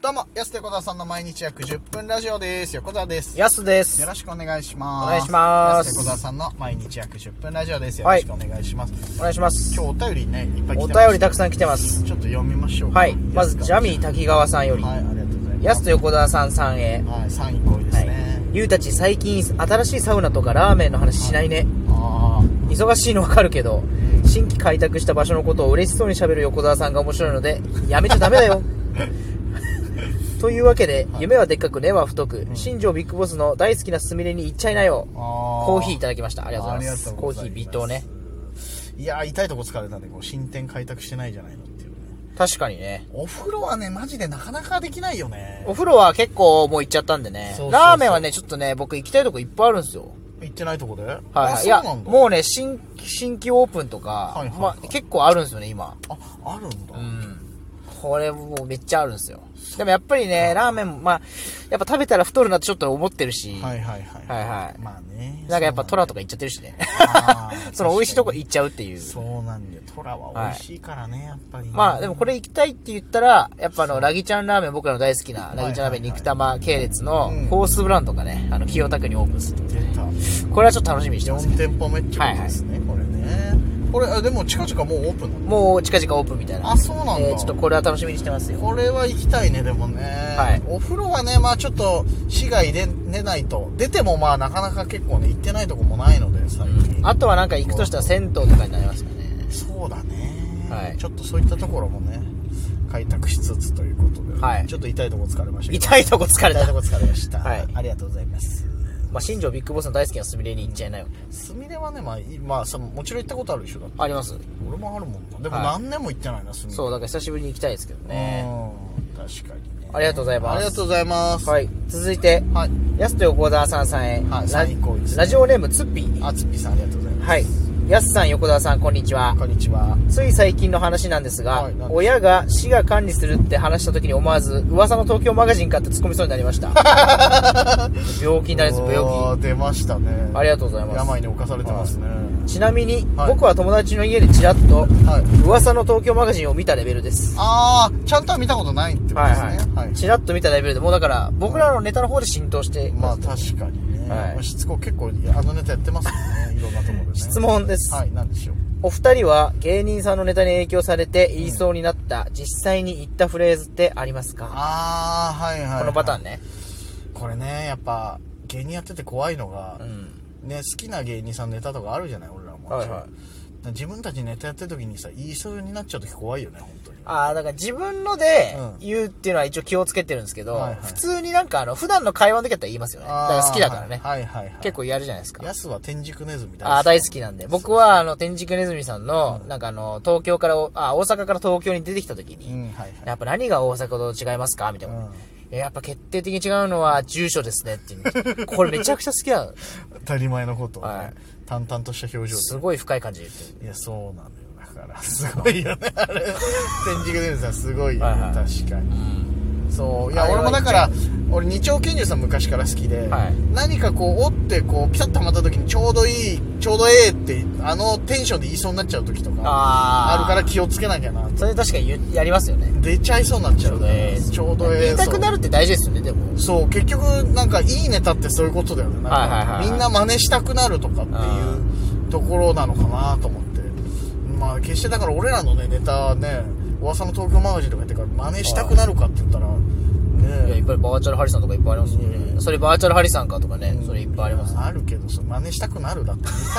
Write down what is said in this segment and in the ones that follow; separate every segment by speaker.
Speaker 1: どうも、安手小沢さんの毎日約10分ラジオです。横澤です。よ
Speaker 2: やすです。
Speaker 1: ろしくお願いします。
Speaker 2: お願いします
Speaker 1: 安手小沢さんの毎日約10分ラジオです。よろしくお願いします。
Speaker 2: お願いします
Speaker 1: 今。日お便りね、いっぱい
Speaker 2: お
Speaker 1: 来てます。
Speaker 2: 便りたくさん来てます。
Speaker 1: ちょっと読みましょうか。
Speaker 2: はい。まず、ジャミー滝川さんより、
Speaker 1: はい、ありがとうございます。
Speaker 2: やすと横澤さんさんへ。
Speaker 1: はい、3位5位です
Speaker 2: はい
Speaker 1: ね。。
Speaker 2: ゆうたち最近、新しいサウナとかラーメンの話しないね。
Speaker 1: あ
Speaker 2: 忙しいのわかるけど、新規開拓した場所のことを嬉しそうに喋る横澤さんが面白いので、やめちゃダメ だよ。というわけで、夢はでっかく、根は太く、新庄ビッグボスの大好きなすみれに行っちゃいなよ。
Speaker 1: あ。あ
Speaker 2: コーヒーいただきました。ありがとうございます。
Speaker 1: ありがとう
Speaker 2: コ
Speaker 1: ご
Speaker 2: ー
Speaker 1: ざい
Speaker 2: ヒ
Speaker 1: ます
Speaker 2: ー微糖ね。
Speaker 1: いやー、痛いとこ疲れたんで、こう、新店開拓してないじゃないのっていうね。
Speaker 2: 確かにね。
Speaker 1: お風呂はね、マジでなかなかできないよね。
Speaker 2: お風呂は結構もう行っちゃったんで
Speaker 1: そ
Speaker 2: ね。
Speaker 1: うそうそう
Speaker 2: ラーメンはね、ちょっとね、僕行きたいとこいっぱいあるんですよ。
Speaker 1: 行ってないとこではい
Speaker 2: はい。い
Speaker 1: そう
Speaker 2: や、
Speaker 1: なんだ。
Speaker 2: もうね、新、新規オープンとか、
Speaker 1: はいはいはい
Speaker 2: まあ、結構あるんですよね、今。
Speaker 1: あ、あるんだ。
Speaker 2: うん。これもうめっちゃあるんですよ。でもやっぱりね、ラーメンも、まあ、やっぱ食べたら太るなってちょっと思ってるし、
Speaker 1: はいはいはい。
Speaker 2: はいはい
Speaker 1: まあね。
Speaker 2: なんかやっぱトラとか行っちゃってるしね。
Speaker 1: あー
Speaker 2: その美味しいとこ行っちゃうっていう。
Speaker 1: そうなんだよ。トラは美味しいからね、やっぱりね、
Speaker 2: まあでもこれ行きたいって言ったら、やっぱあの、ラギちゃんラーメン、僕らの大好きな、ラギちゃんラーメン肉玉系列の
Speaker 1: うん
Speaker 2: コースブランドがね、あの、清田区にオープンすると。
Speaker 1: 出た。
Speaker 2: これはちょっと楽しみにしてます
Speaker 1: 4店舗目ってことですね、これね。これ、あでも近々もうオープンなの
Speaker 2: もう近々オープンみたいな。
Speaker 1: あそうなんだ
Speaker 2: えーちょっとこれは楽しみにしてますよ。
Speaker 1: これは行きたいね、でもね。
Speaker 2: はい
Speaker 1: お風呂はね、まあちょっと、市外で出ないと。出てもまあなかなか結構ね、行ってないとこもないので、最近。
Speaker 2: あとはなんか行くとしたら銭湯とかになりますかね。
Speaker 1: そうだね、
Speaker 2: はい
Speaker 1: ちょっとそういったところもね開拓しつつということで、
Speaker 2: はい
Speaker 1: ちょっと痛いとこ疲れましたけど
Speaker 2: 痛いとこ疲れ
Speaker 1: 痛い
Speaker 2: た
Speaker 1: と。こ疲れました、
Speaker 2: はい
Speaker 1: ありがとうございます
Speaker 2: まあ、新庄ビッグボスの大好きなスミレに行っちゃいなよ。
Speaker 1: すみれはねまあ、いまあ、そのもちろん行ったことあるでしょだって
Speaker 2: あります。
Speaker 1: 俺もあるもんなでも
Speaker 2: はい
Speaker 1: 何年も行ってないなすみれ
Speaker 2: そう、だから久しぶりに行きたいですけどね。
Speaker 1: うん確かにね
Speaker 2: ありがとうございます
Speaker 1: ありがとうございます
Speaker 2: はい。続いて、
Speaker 1: はい
Speaker 2: やすと横澤さんさんへ。
Speaker 1: はい
Speaker 2: ラ
Speaker 1: サイン行為ですね
Speaker 2: ラジオネームツッピー。
Speaker 1: あつっぴーさんありがとうございます
Speaker 2: はい。やすさん、横澤さん、こんにちは。
Speaker 1: こんにちは
Speaker 2: つい最近の話なんですが、
Speaker 1: はいなんです
Speaker 2: 親が市が管理するって話した時に思わず、噂の東京マガジンかって突っ込みそうになり ました。病気になります、病気。
Speaker 1: おー出ましたね
Speaker 2: ありがとうございます
Speaker 1: 病に侵されてますね
Speaker 2: ちなみに、
Speaker 1: はい
Speaker 2: 僕は友達の家でちらっと、
Speaker 1: はい
Speaker 2: 噂の東京マガジンを見たレベルです。
Speaker 1: ああちゃんとは見たことないってことですねはい
Speaker 2: ちらっと見たレベルで、もうだから、僕らのネタの方で浸透して、
Speaker 1: まあ確かにね、
Speaker 2: はい
Speaker 1: しつこ結構あのネタやってますもんねいろんなところでね
Speaker 2: 質問です、
Speaker 1: はいなんでしょう
Speaker 2: お二人は芸人さんのネタに影響されて言いそうになった、実際に言ったフレーズってありますか
Speaker 1: ああはいはい、
Speaker 2: このパターンね。
Speaker 1: これねやっぱ芸人やってて怖いのが
Speaker 2: う、ん。
Speaker 1: ね好きな芸人さんのネタとかあるじゃない俺らも、
Speaker 2: はいはい
Speaker 1: 自分たちネタやってる時にさ言いそうになっちゃう時怖いよね本当に
Speaker 2: ああ、だから自分ので
Speaker 1: うん
Speaker 2: 言うっていうのは一応気をつけてるんですけど、
Speaker 1: はいはい
Speaker 2: 普通になんかあの、普段の会話の時だったら言いますよね。だから好きだからね。
Speaker 1: はいはいはい、はい、
Speaker 2: 結構やるじゃないですか。
Speaker 1: やすは天竺ネズみたいな
Speaker 2: あー大好きなんで。僕は、あの、天竺ネズミさんの、なんかあの、東京からお、あー、大阪から東京に出てきた時
Speaker 1: う
Speaker 2: に、
Speaker 1: んはいはい
Speaker 2: やっぱ何が大阪と違いますかみたいな、
Speaker 1: うん
Speaker 2: えやっぱ決定的に違うのは住所ですねっていう。これめちゃくちゃ好きだ。
Speaker 1: 当たり前のことをね、
Speaker 2: はい
Speaker 1: 淡々とした表情です
Speaker 2: ごい深い感じで言ってる。
Speaker 1: いや、そうなのよ。だ から、すごいよね。あれ、天竺ネズミさん、すごいよね。
Speaker 2: はいはい
Speaker 1: 確かに。そう。い
Speaker 2: あ
Speaker 1: や、
Speaker 2: れは
Speaker 1: 俺もだから、俺、二丁拳銃さん昔から好きで、
Speaker 2: はい
Speaker 1: 何かこう、折って、こう、ピタッとはまった時に、ちょうどいい、ちょうどええって、あのテンションで言いそうになっちゃう時とか、あ
Speaker 2: あー
Speaker 1: るから気をつけなきゃな。
Speaker 2: それ確かに言やりますよね。
Speaker 1: 出ちゃいそうになっちゃうね。
Speaker 2: ち
Speaker 1: ちょうどええ。
Speaker 2: 言いたくな
Speaker 1: る
Speaker 2: るって大事ですよね、でも。
Speaker 1: そう、結局、なんか、いいネタってそういうことだよね。なんか
Speaker 2: はいはいはいはい
Speaker 1: みんな真似したくなるとかっていうところなのかなと思って。まあ、決してだから俺らのね、ネタね、噂の東京マガジンとかやってから真似したくなるかって言ったら、
Speaker 2: いや、
Speaker 1: ね
Speaker 2: いっぱいバーチャルハリさんとかいっぱいありますよね。それバーチャルハリさんかとかね、それいっぱいあります。
Speaker 1: あるけど、それ真似したくなるだって見たいか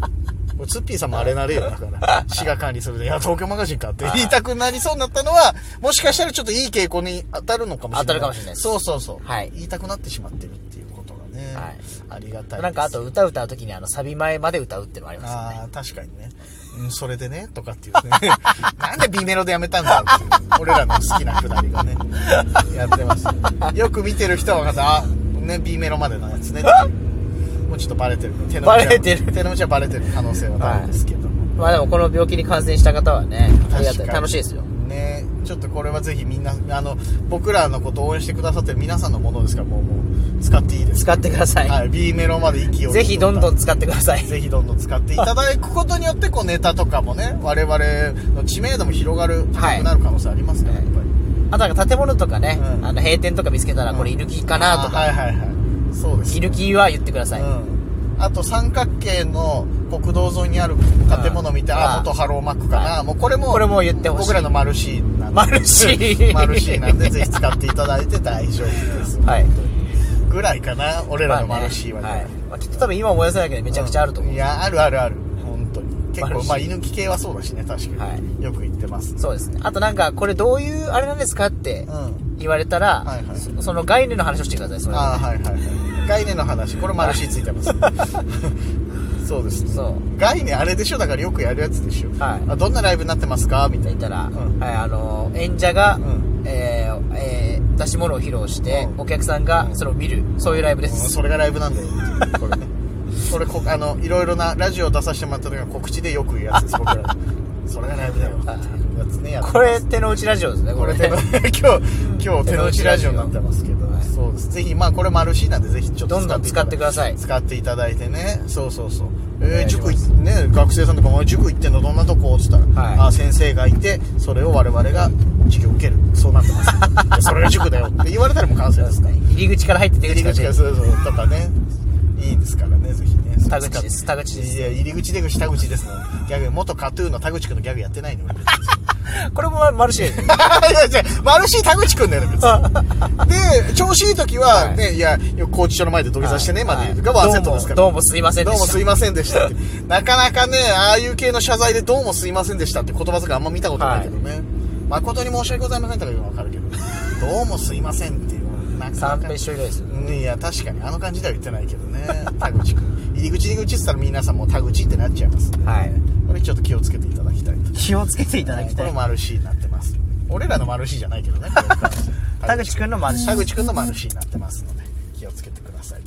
Speaker 1: な。 俺ツッピーさんもあれなれよ、だから。市が管理するで、いや、東京マガジンかって言いたくなりそうになったのは、もしかしたらちょっといい傾向に当たるのかもしれない。
Speaker 2: 当たるかもしれないです
Speaker 1: そうそうそう。
Speaker 2: はい
Speaker 1: 言いたくなってしまってるっていうことがね。
Speaker 2: はい
Speaker 1: ありがたいです。
Speaker 2: なんかあと歌歌う時にあの、サビ前まで歌うっていうのもありますよね。
Speaker 1: ああ、確かにね。うん、それでね、とかっていう ね。なんで B メロでやめたんだろうっていう。俺らの好きなくだりが ね、やってますよ。よく見てる人は分かった。あ、ね、B メロまでのやつねっていう。もうちょっとバレてる。手の内は
Speaker 2: バレてる
Speaker 1: 手の内はバレてる可能性はあるんですけども。
Speaker 2: まあでもこの病気に感染した方はね、ありがた
Speaker 1: 確か
Speaker 2: い。
Speaker 1: に
Speaker 2: 楽しいですよ。
Speaker 1: ねちょっとこれはぜひみんな、あの、僕らのことを応援してくださってる皆さんのものですから、もう、もう、使っていいです。
Speaker 2: 使ってください。
Speaker 1: はい、B メロまで息を。
Speaker 2: ぜひどんどん使ってください。
Speaker 1: ぜひどんどん使っていただくことによってこうネタとかもね我々の知名度も広がる高くなる可能性ありますから、
Speaker 2: はい
Speaker 1: やっぱり
Speaker 2: あとなんか建物とかね、
Speaker 1: うん
Speaker 2: あの閉店とか見つけたらこれイルキかなとか、
Speaker 1: はいはいはいそうです
Speaker 2: イルキは言ってください、
Speaker 1: うん、あと三角形の国道沿いにある建物見て、
Speaker 2: うん
Speaker 1: あ元ハローマックかな、もうこれも
Speaker 2: これも言ってほしい
Speaker 1: 僕らのマルシーなんで
Speaker 2: マルシー
Speaker 1: マルシーなんでぜひ使っていただいて大丈夫です
Speaker 2: はい
Speaker 1: ぐらいかな俺らの
Speaker 2: まあ
Speaker 1: マ
Speaker 2: ね
Speaker 1: ルシーはね,うん、
Speaker 2: はいまあ、きっと多分今思い出せないけどめちゃくちゃあると思う、
Speaker 1: いやあるあるある本当に結
Speaker 2: マル
Speaker 1: 構
Speaker 2: シー
Speaker 1: まあ犬き系はそうだしね確かに、よく言ってます
Speaker 2: そうですねあとなんかこれどういうあれなんですかって
Speaker 1: うん
Speaker 2: 言われたら、
Speaker 1: はいはい
Speaker 2: そその概念の話をしてくださいそれ
Speaker 1: ああはいはいはい概念の話これマルシーついてます そうですね
Speaker 2: そう
Speaker 1: 概念あれでしょだからよくやるやつでしょ、
Speaker 2: はい
Speaker 1: あどんなライブになってますかみた
Speaker 2: 言
Speaker 1: い
Speaker 2: っ
Speaker 1: な
Speaker 2: たら、
Speaker 1: うん
Speaker 2: はい、あの演者が、
Speaker 1: うん
Speaker 2: えーえー出し物を披露して、
Speaker 1: うん
Speaker 2: お客さん
Speaker 1: う
Speaker 2: が
Speaker 1: ん
Speaker 2: それを見る、そういうライブで
Speaker 1: うん
Speaker 2: す、
Speaker 1: それがライブなん だよこれねこれこあのいろいろなラジオ出させてもらった時の告知でよく言うやつです僕ら それがライブだよっていうやつねやって
Speaker 2: これ手の内ラジオですねこ
Speaker 1: こ
Speaker 2: れ
Speaker 1: れ手の 今日今日手の内ラジオになってますけど、
Speaker 2: はい
Speaker 1: そうですぜひまあこれマルシーなんでぜひちょっと
Speaker 2: どんどん使ってください
Speaker 1: 使っていただいてねそうそうそう
Speaker 2: 願
Speaker 1: えー、
Speaker 2: いし
Speaker 1: 塾
Speaker 2: ま
Speaker 1: い
Speaker 2: す
Speaker 1: ね学生さんとか「お前塾行ってんのどんなとこ?」っつったら、
Speaker 2: はい
Speaker 1: あ先生がいてそれを我々が授業受けるそうなってますい やそれが塾だよって言われたらもう完成ですから
Speaker 2: 入り口から入って出
Speaker 1: 入り
Speaker 2: 口から
Speaker 1: 口
Speaker 2: 出
Speaker 1: から
Speaker 2: る
Speaker 1: そうそうとかねいいですからねぜひね
Speaker 2: 田口です田口です
Speaker 1: いや入り口出口田口ですもんギャグ元カトゥーンの田口くんのギャグやってない の俺い
Speaker 2: これもマルシェ
Speaker 1: やいやマルシー田口くんだよね別にで調子いい時は、
Speaker 2: はい
Speaker 1: ねいや校長の前で土下座してね、まで言うとかワ
Speaker 2: はい
Speaker 1: ンセットですから
Speaker 2: どうもどうもすいませんで
Speaker 1: ど
Speaker 2: した
Speaker 1: うもすいませんでしたってなかなかねああいう系の謝罪でどうもすいませんでしたって言葉とかあんま見たことないけどね、誠に申し訳ございませんとか言うのはわかるけどどうもすいませんっていうなか
Speaker 2: 三
Speaker 1: なか
Speaker 2: 平師匠以来です
Speaker 1: うんいや確かにあの感じでは言ってないけどね田口君入り口入り口って言ったら皆さんもう田口ってなっちゃいますんで、
Speaker 2: はい
Speaker 1: これちょっと気をつけていただきたいと
Speaker 2: 気をつけていた
Speaker 1: これもマルシーになってます俺らのマルシーじゃないけど ね
Speaker 2: 田口君のマルシー
Speaker 1: 田口君のマルシーになってますので気をつけてください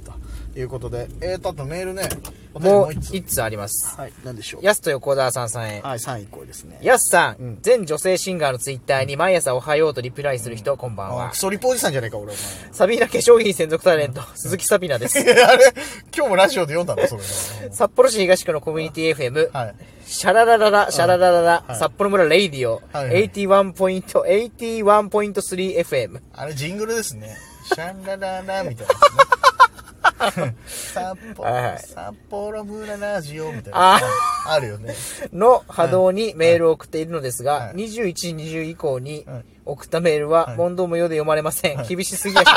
Speaker 1: ということでえーとあとメールねお便り
Speaker 2: もう
Speaker 1: 一通
Speaker 2: 一つあります
Speaker 1: はい何でしょう
Speaker 2: やすと横澤さんさんへ
Speaker 1: はい3位これですね
Speaker 2: やすさん、
Speaker 1: うん
Speaker 2: 全女性シンガーのツイッターに毎朝おはようとリプライする人、こんばん
Speaker 1: あ
Speaker 2: は
Speaker 1: ク。ソリポおじさんじゃねえか俺お前
Speaker 2: サビーナ化粧品専属タレント、鈴木サビナ です。
Speaker 1: あれ今日もラジオで読んだのそれ
Speaker 2: 札幌市東区のコミュニティ FM、
Speaker 1: はい
Speaker 2: シャララララ、シャララララ、
Speaker 1: はい
Speaker 2: 札幌村レイディオ、
Speaker 1: はいはい
Speaker 2: 81.81.3 81.3FM。
Speaker 1: あれジングルですね。シャンラララみたいな、ね。札幌、
Speaker 2: はいはい
Speaker 1: 札幌村ラジオみたいな。
Speaker 2: あ
Speaker 1: あるよね。
Speaker 2: の波動にメールを送っているのですが、
Speaker 1: はい
Speaker 2: 21時20以降に
Speaker 1: はい
Speaker 2: 送ったメールは
Speaker 1: はい
Speaker 2: 問答無用で読まれません。厳しすぎや しま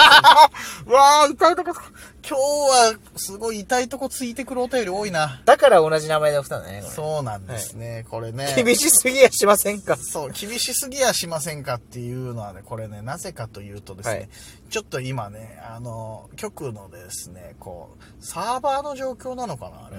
Speaker 1: うわー、痛いとこ、今日はすごい痛いとこついてくるお便り多いな。
Speaker 2: す。だから同じ名前で送ったんだね、こ
Speaker 1: そうなんですね、これ ね。
Speaker 2: れ厳しすぎやしませんか。
Speaker 1: そう、厳しすぎやしませんかっていうのはね、これね、なぜかというとですね、
Speaker 2: はい
Speaker 1: ちょっと今ね、あの、局のですね、こう、サーバーの状況なのかな、あれ。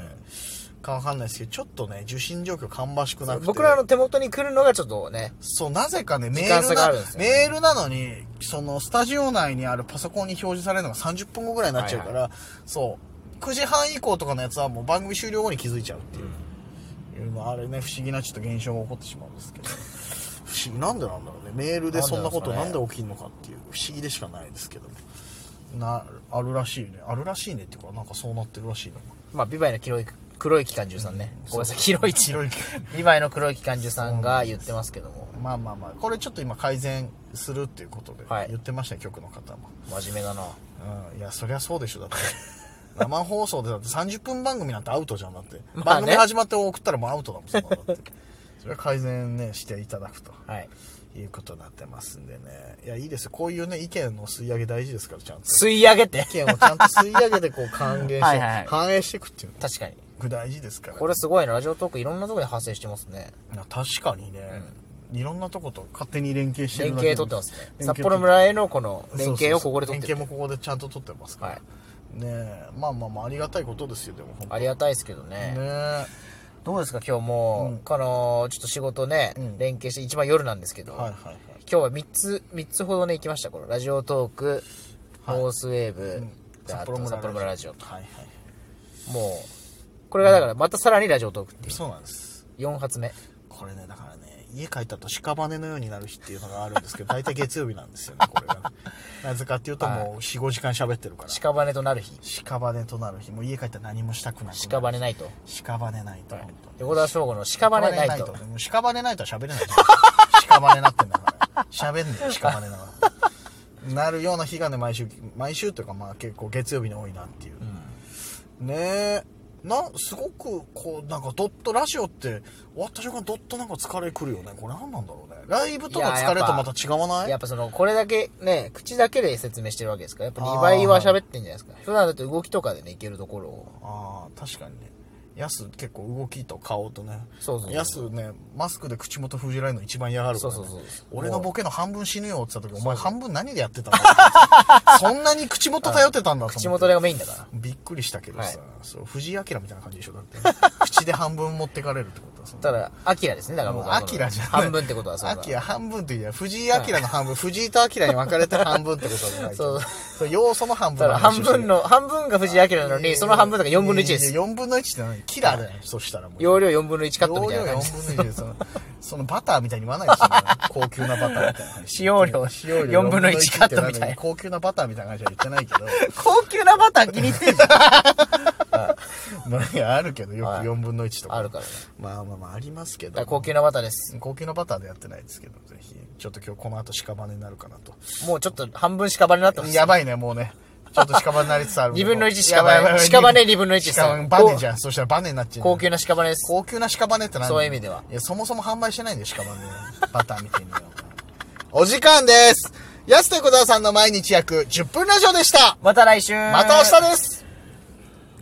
Speaker 1: かわかんないですけど、ちょっとね、受信状況芳しくなくて。
Speaker 2: 僕らの手元に来るのがちょっとね、
Speaker 1: そう、なぜかね、メ
Speaker 2: 時
Speaker 1: ー
Speaker 2: 間
Speaker 1: ル
Speaker 2: 差が
Speaker 1: な
Speaker 2: あるんです、よね
Speaker 1: メールなのに、その、スタジオ内にあるパソコンに表示されるのが30分後ぐらいになっちゃうから、そう、9時半以降とかのやつはもう番組終了後に気づいちゃうっていう。いうのあれね、不思議なちょっと現象が起こってしまうんですけど。 不思議、なんでなんだろうね。メールでそんなこと
Speaker 2: なんで
Speaker 1: な
Speaker 2: なん
Speaker 1: ん
Speaker 2: ですかね
Speaker 1: で起きるのかっていう、不思議でしかないですけど。な、あるらしいね。あるらしいねっていうか、なんかそうなってるらしいの。
Speaker 2: まあ、ビバイの黒い、黒い機関銃さんね。ごめんなさい、広い機
Speaker 1: 広い
Speaker 2: ビバイの黒い機関銃さんが言ってますけども、
Speaker 1: まあまあまあ、これちょっと今改善するっていうことで
Speaker 2: はい
Speaker 1: 言ってましたね、局の方も。
Speaker 2: 真面目だな。
Speaker 1: うんいやそりゃそうでしょ だって生放送でだって30分番組なんてアウトじゃんだって、
Speaker 2: ま
Speaker 1: 番
Speaker 2: あね
Speaker 1: 組始まって送ったらもうアウトだもんそんなの だってそれは改善ねしていただくと
Speaker 2: はい。
Speaker 1: いうことになってますんでねいやいいですよこういうね意見の吸い上げ大事ですからちゃんと
Speaker 2: 吸い上げて
Speaker 1: 意。見をちゃんと吸い上げてこう還元して
Speaker 2: はいはい
Speaker 1: 反映していくっていうの
Speaker 2: 確かに。
Speaker 1: これ大事ですから
Speaker 2: これすごいな。ラジオトークいろんなところで発生してますね。
Speaker 1: いや確かにね、いろんなとこと勝手に連携してる
Speaker 2: 連
Speaker 1: だけで
Speaker 2: 携取ってますね。
Speaker 1: 連携
Speaker 2: 札
Speaker 1: 取って
Speaker 2: 幌村へのこの
Speaker 1: そ
Speaker 2: 連携を
Speaker 1: うそうそう
Speaker 2: ここで取ってる
Speaker 1: 連携もここでちゃんと取ってますから、
Speaker 2: はい
Speaker 1: ねえまあまあまあありがたいことですよでも本当
Speaker 2: ありがたいですけどね。
Speaker 1: ねえ
Speaker 2: どうですか今日もう、
Speaker 1: うん
Speaker 2: この、ちょっと仕事ね、
Speaker 1: うん
Speaker 2: 連携して、一番夜なんですけど、
Speaker 1: はいはい
Speaker 2: 今
Speaker 1: はい。
Speaker 2: 日は3つ、三つほどね、行きました。このラジオトーク、
Speaker 1: はい
Speaker 2: モースウェーブ、であ
Speaker 1: 札
Speaker 2: と
Speaker 1: 幌村
Speaker 2: 札幌村ラジオと。
Speaker 1: はいはい。
Speaker 2: もう、これがだから、またさらにラジオトークっていう。
Speaker 1: そうなんです。
Speaker 2: 4発目。
Speaker 1: これね、だからね、家帰ったと屍のようになる日っていうのがあるんですけ ど、大体月曜日なんですよね、これがね、なぜかっていうともう4、5時間喋ってるから。
Speaker 2: 屍となる日。
Speaker 1: 屍となる日。もう家帰ったら何もしたくなくなる。
Speaker 2: 屍ナイト。
Speaker 1: 屍ないと、本当に。
Speaker 2: 横田翔吾の屍ナイト。
Speaker 1: もう屍ないとは喋れない。屍なってんだから。喋んねえしかまれながらなるような日がね毎週毎週というかまあ結構月曜日に多いなっていう、ねえなすごくこうなんかドットラジオって終わった瞬間ドットなんか疲れくるよねこれ何なんだろうねライブとの疲れとまた違わない
Speaker 2: やっぱその、これだけね、口だけで説明してるわけですから、やっぱ2倍は喋ってんじゃないですか。普段だって動きとかでね、いけるところを。
Speaker 1: ああ確かにねヤス結構動きと顔とね
Speaker 2: そうそうそう
Speaker 1: ヤスねマスクで口元封じられるの一番嫌がるから、ね、
Speaker 2: そうそうそう
Speaker 1: 俺のボケの半分死ぬよって言った時お前半分何でやってたんだ そんなに口元頼ってたんだと思って
Speaker 2: 口元がメインだから。
Speaker 1: びっくりしたけどさ、
Speaker 2: は
Speaker 1: そう藤井明みたいな感じでしょだって、口で半分持ってかれるってことはその
Speaker 2: ただ、アキラですね、だから
Speaker 1: もう
Speaker 2: 僕は。
Speaker 1: アキラじゃない
Speaker 2: 半分ってことはそう
Speaker 1: ア
Speaker 2: だ。
Speaker 1: キラ半分って言うじゃん藤井明の半分、藤井と明に分かれて半分ってことじゃない
Speaker 2: そう
Speaker 1: そう要素の半分
Speaker 2: ただ、半分
Speaker 1: の
Speaker 2: の、半分が藤井明なのに、その半分だから4分の1で
Speaker 1: いや
Speaker 2: す。
Speaker 1: 4分の1って何キラーだよ、そしたらもう
Speaker 2: 容量4分の1カットみたいな感じ
Speaker 1: 容量4分の1でそのそのバターみたいに言わないですよ、ね、 高級なバターみたいな話
Speaker 2: 使用量
Speaker 1: 使用
Speaker 2: 4分の1カットみたいな
Speaker 1: 高級なバターみたいな話は言ってないけど
Speaker 2: 高級なバター気に入ってんじゃん。
Speaker 1: まあいやあるけどよく
Speaker 2: はい
Speaker 1: 4分の1とか、
Speaker 2: あるからね。
Speaker 1: まあまあまあありますけ
Speaker 2: だか
Speaker 1: ど
Speaker 2: ら高級なバターです。
Speaker 1: 高級なバターでやってないですけどぜひちょっと今日この後屍になるかなと
Speaker 2: もうちょっと半分屍になってます。
Speaker 1: やばいねもうねちょっと屍になりつつある
Speaker 2: 2分の1
Speaker 1: やばいやばいやばい
Speaker 2: 屍2分の1です
Speaker 1: 屍バネじゃんそしたらバネになっちゃう
Speaker 2: 高級な屍です。
Speaker 1: 高級な屍って何
Speaker 2: そういう意味ではい
Speaker 1: や、そもそも販売してないんで、屍ね。バター見てみようかな。お時間です。安手小沢さんの毎日約10分ラジオでした。
Speaker 2: また来週
Speaker 1: また明日です。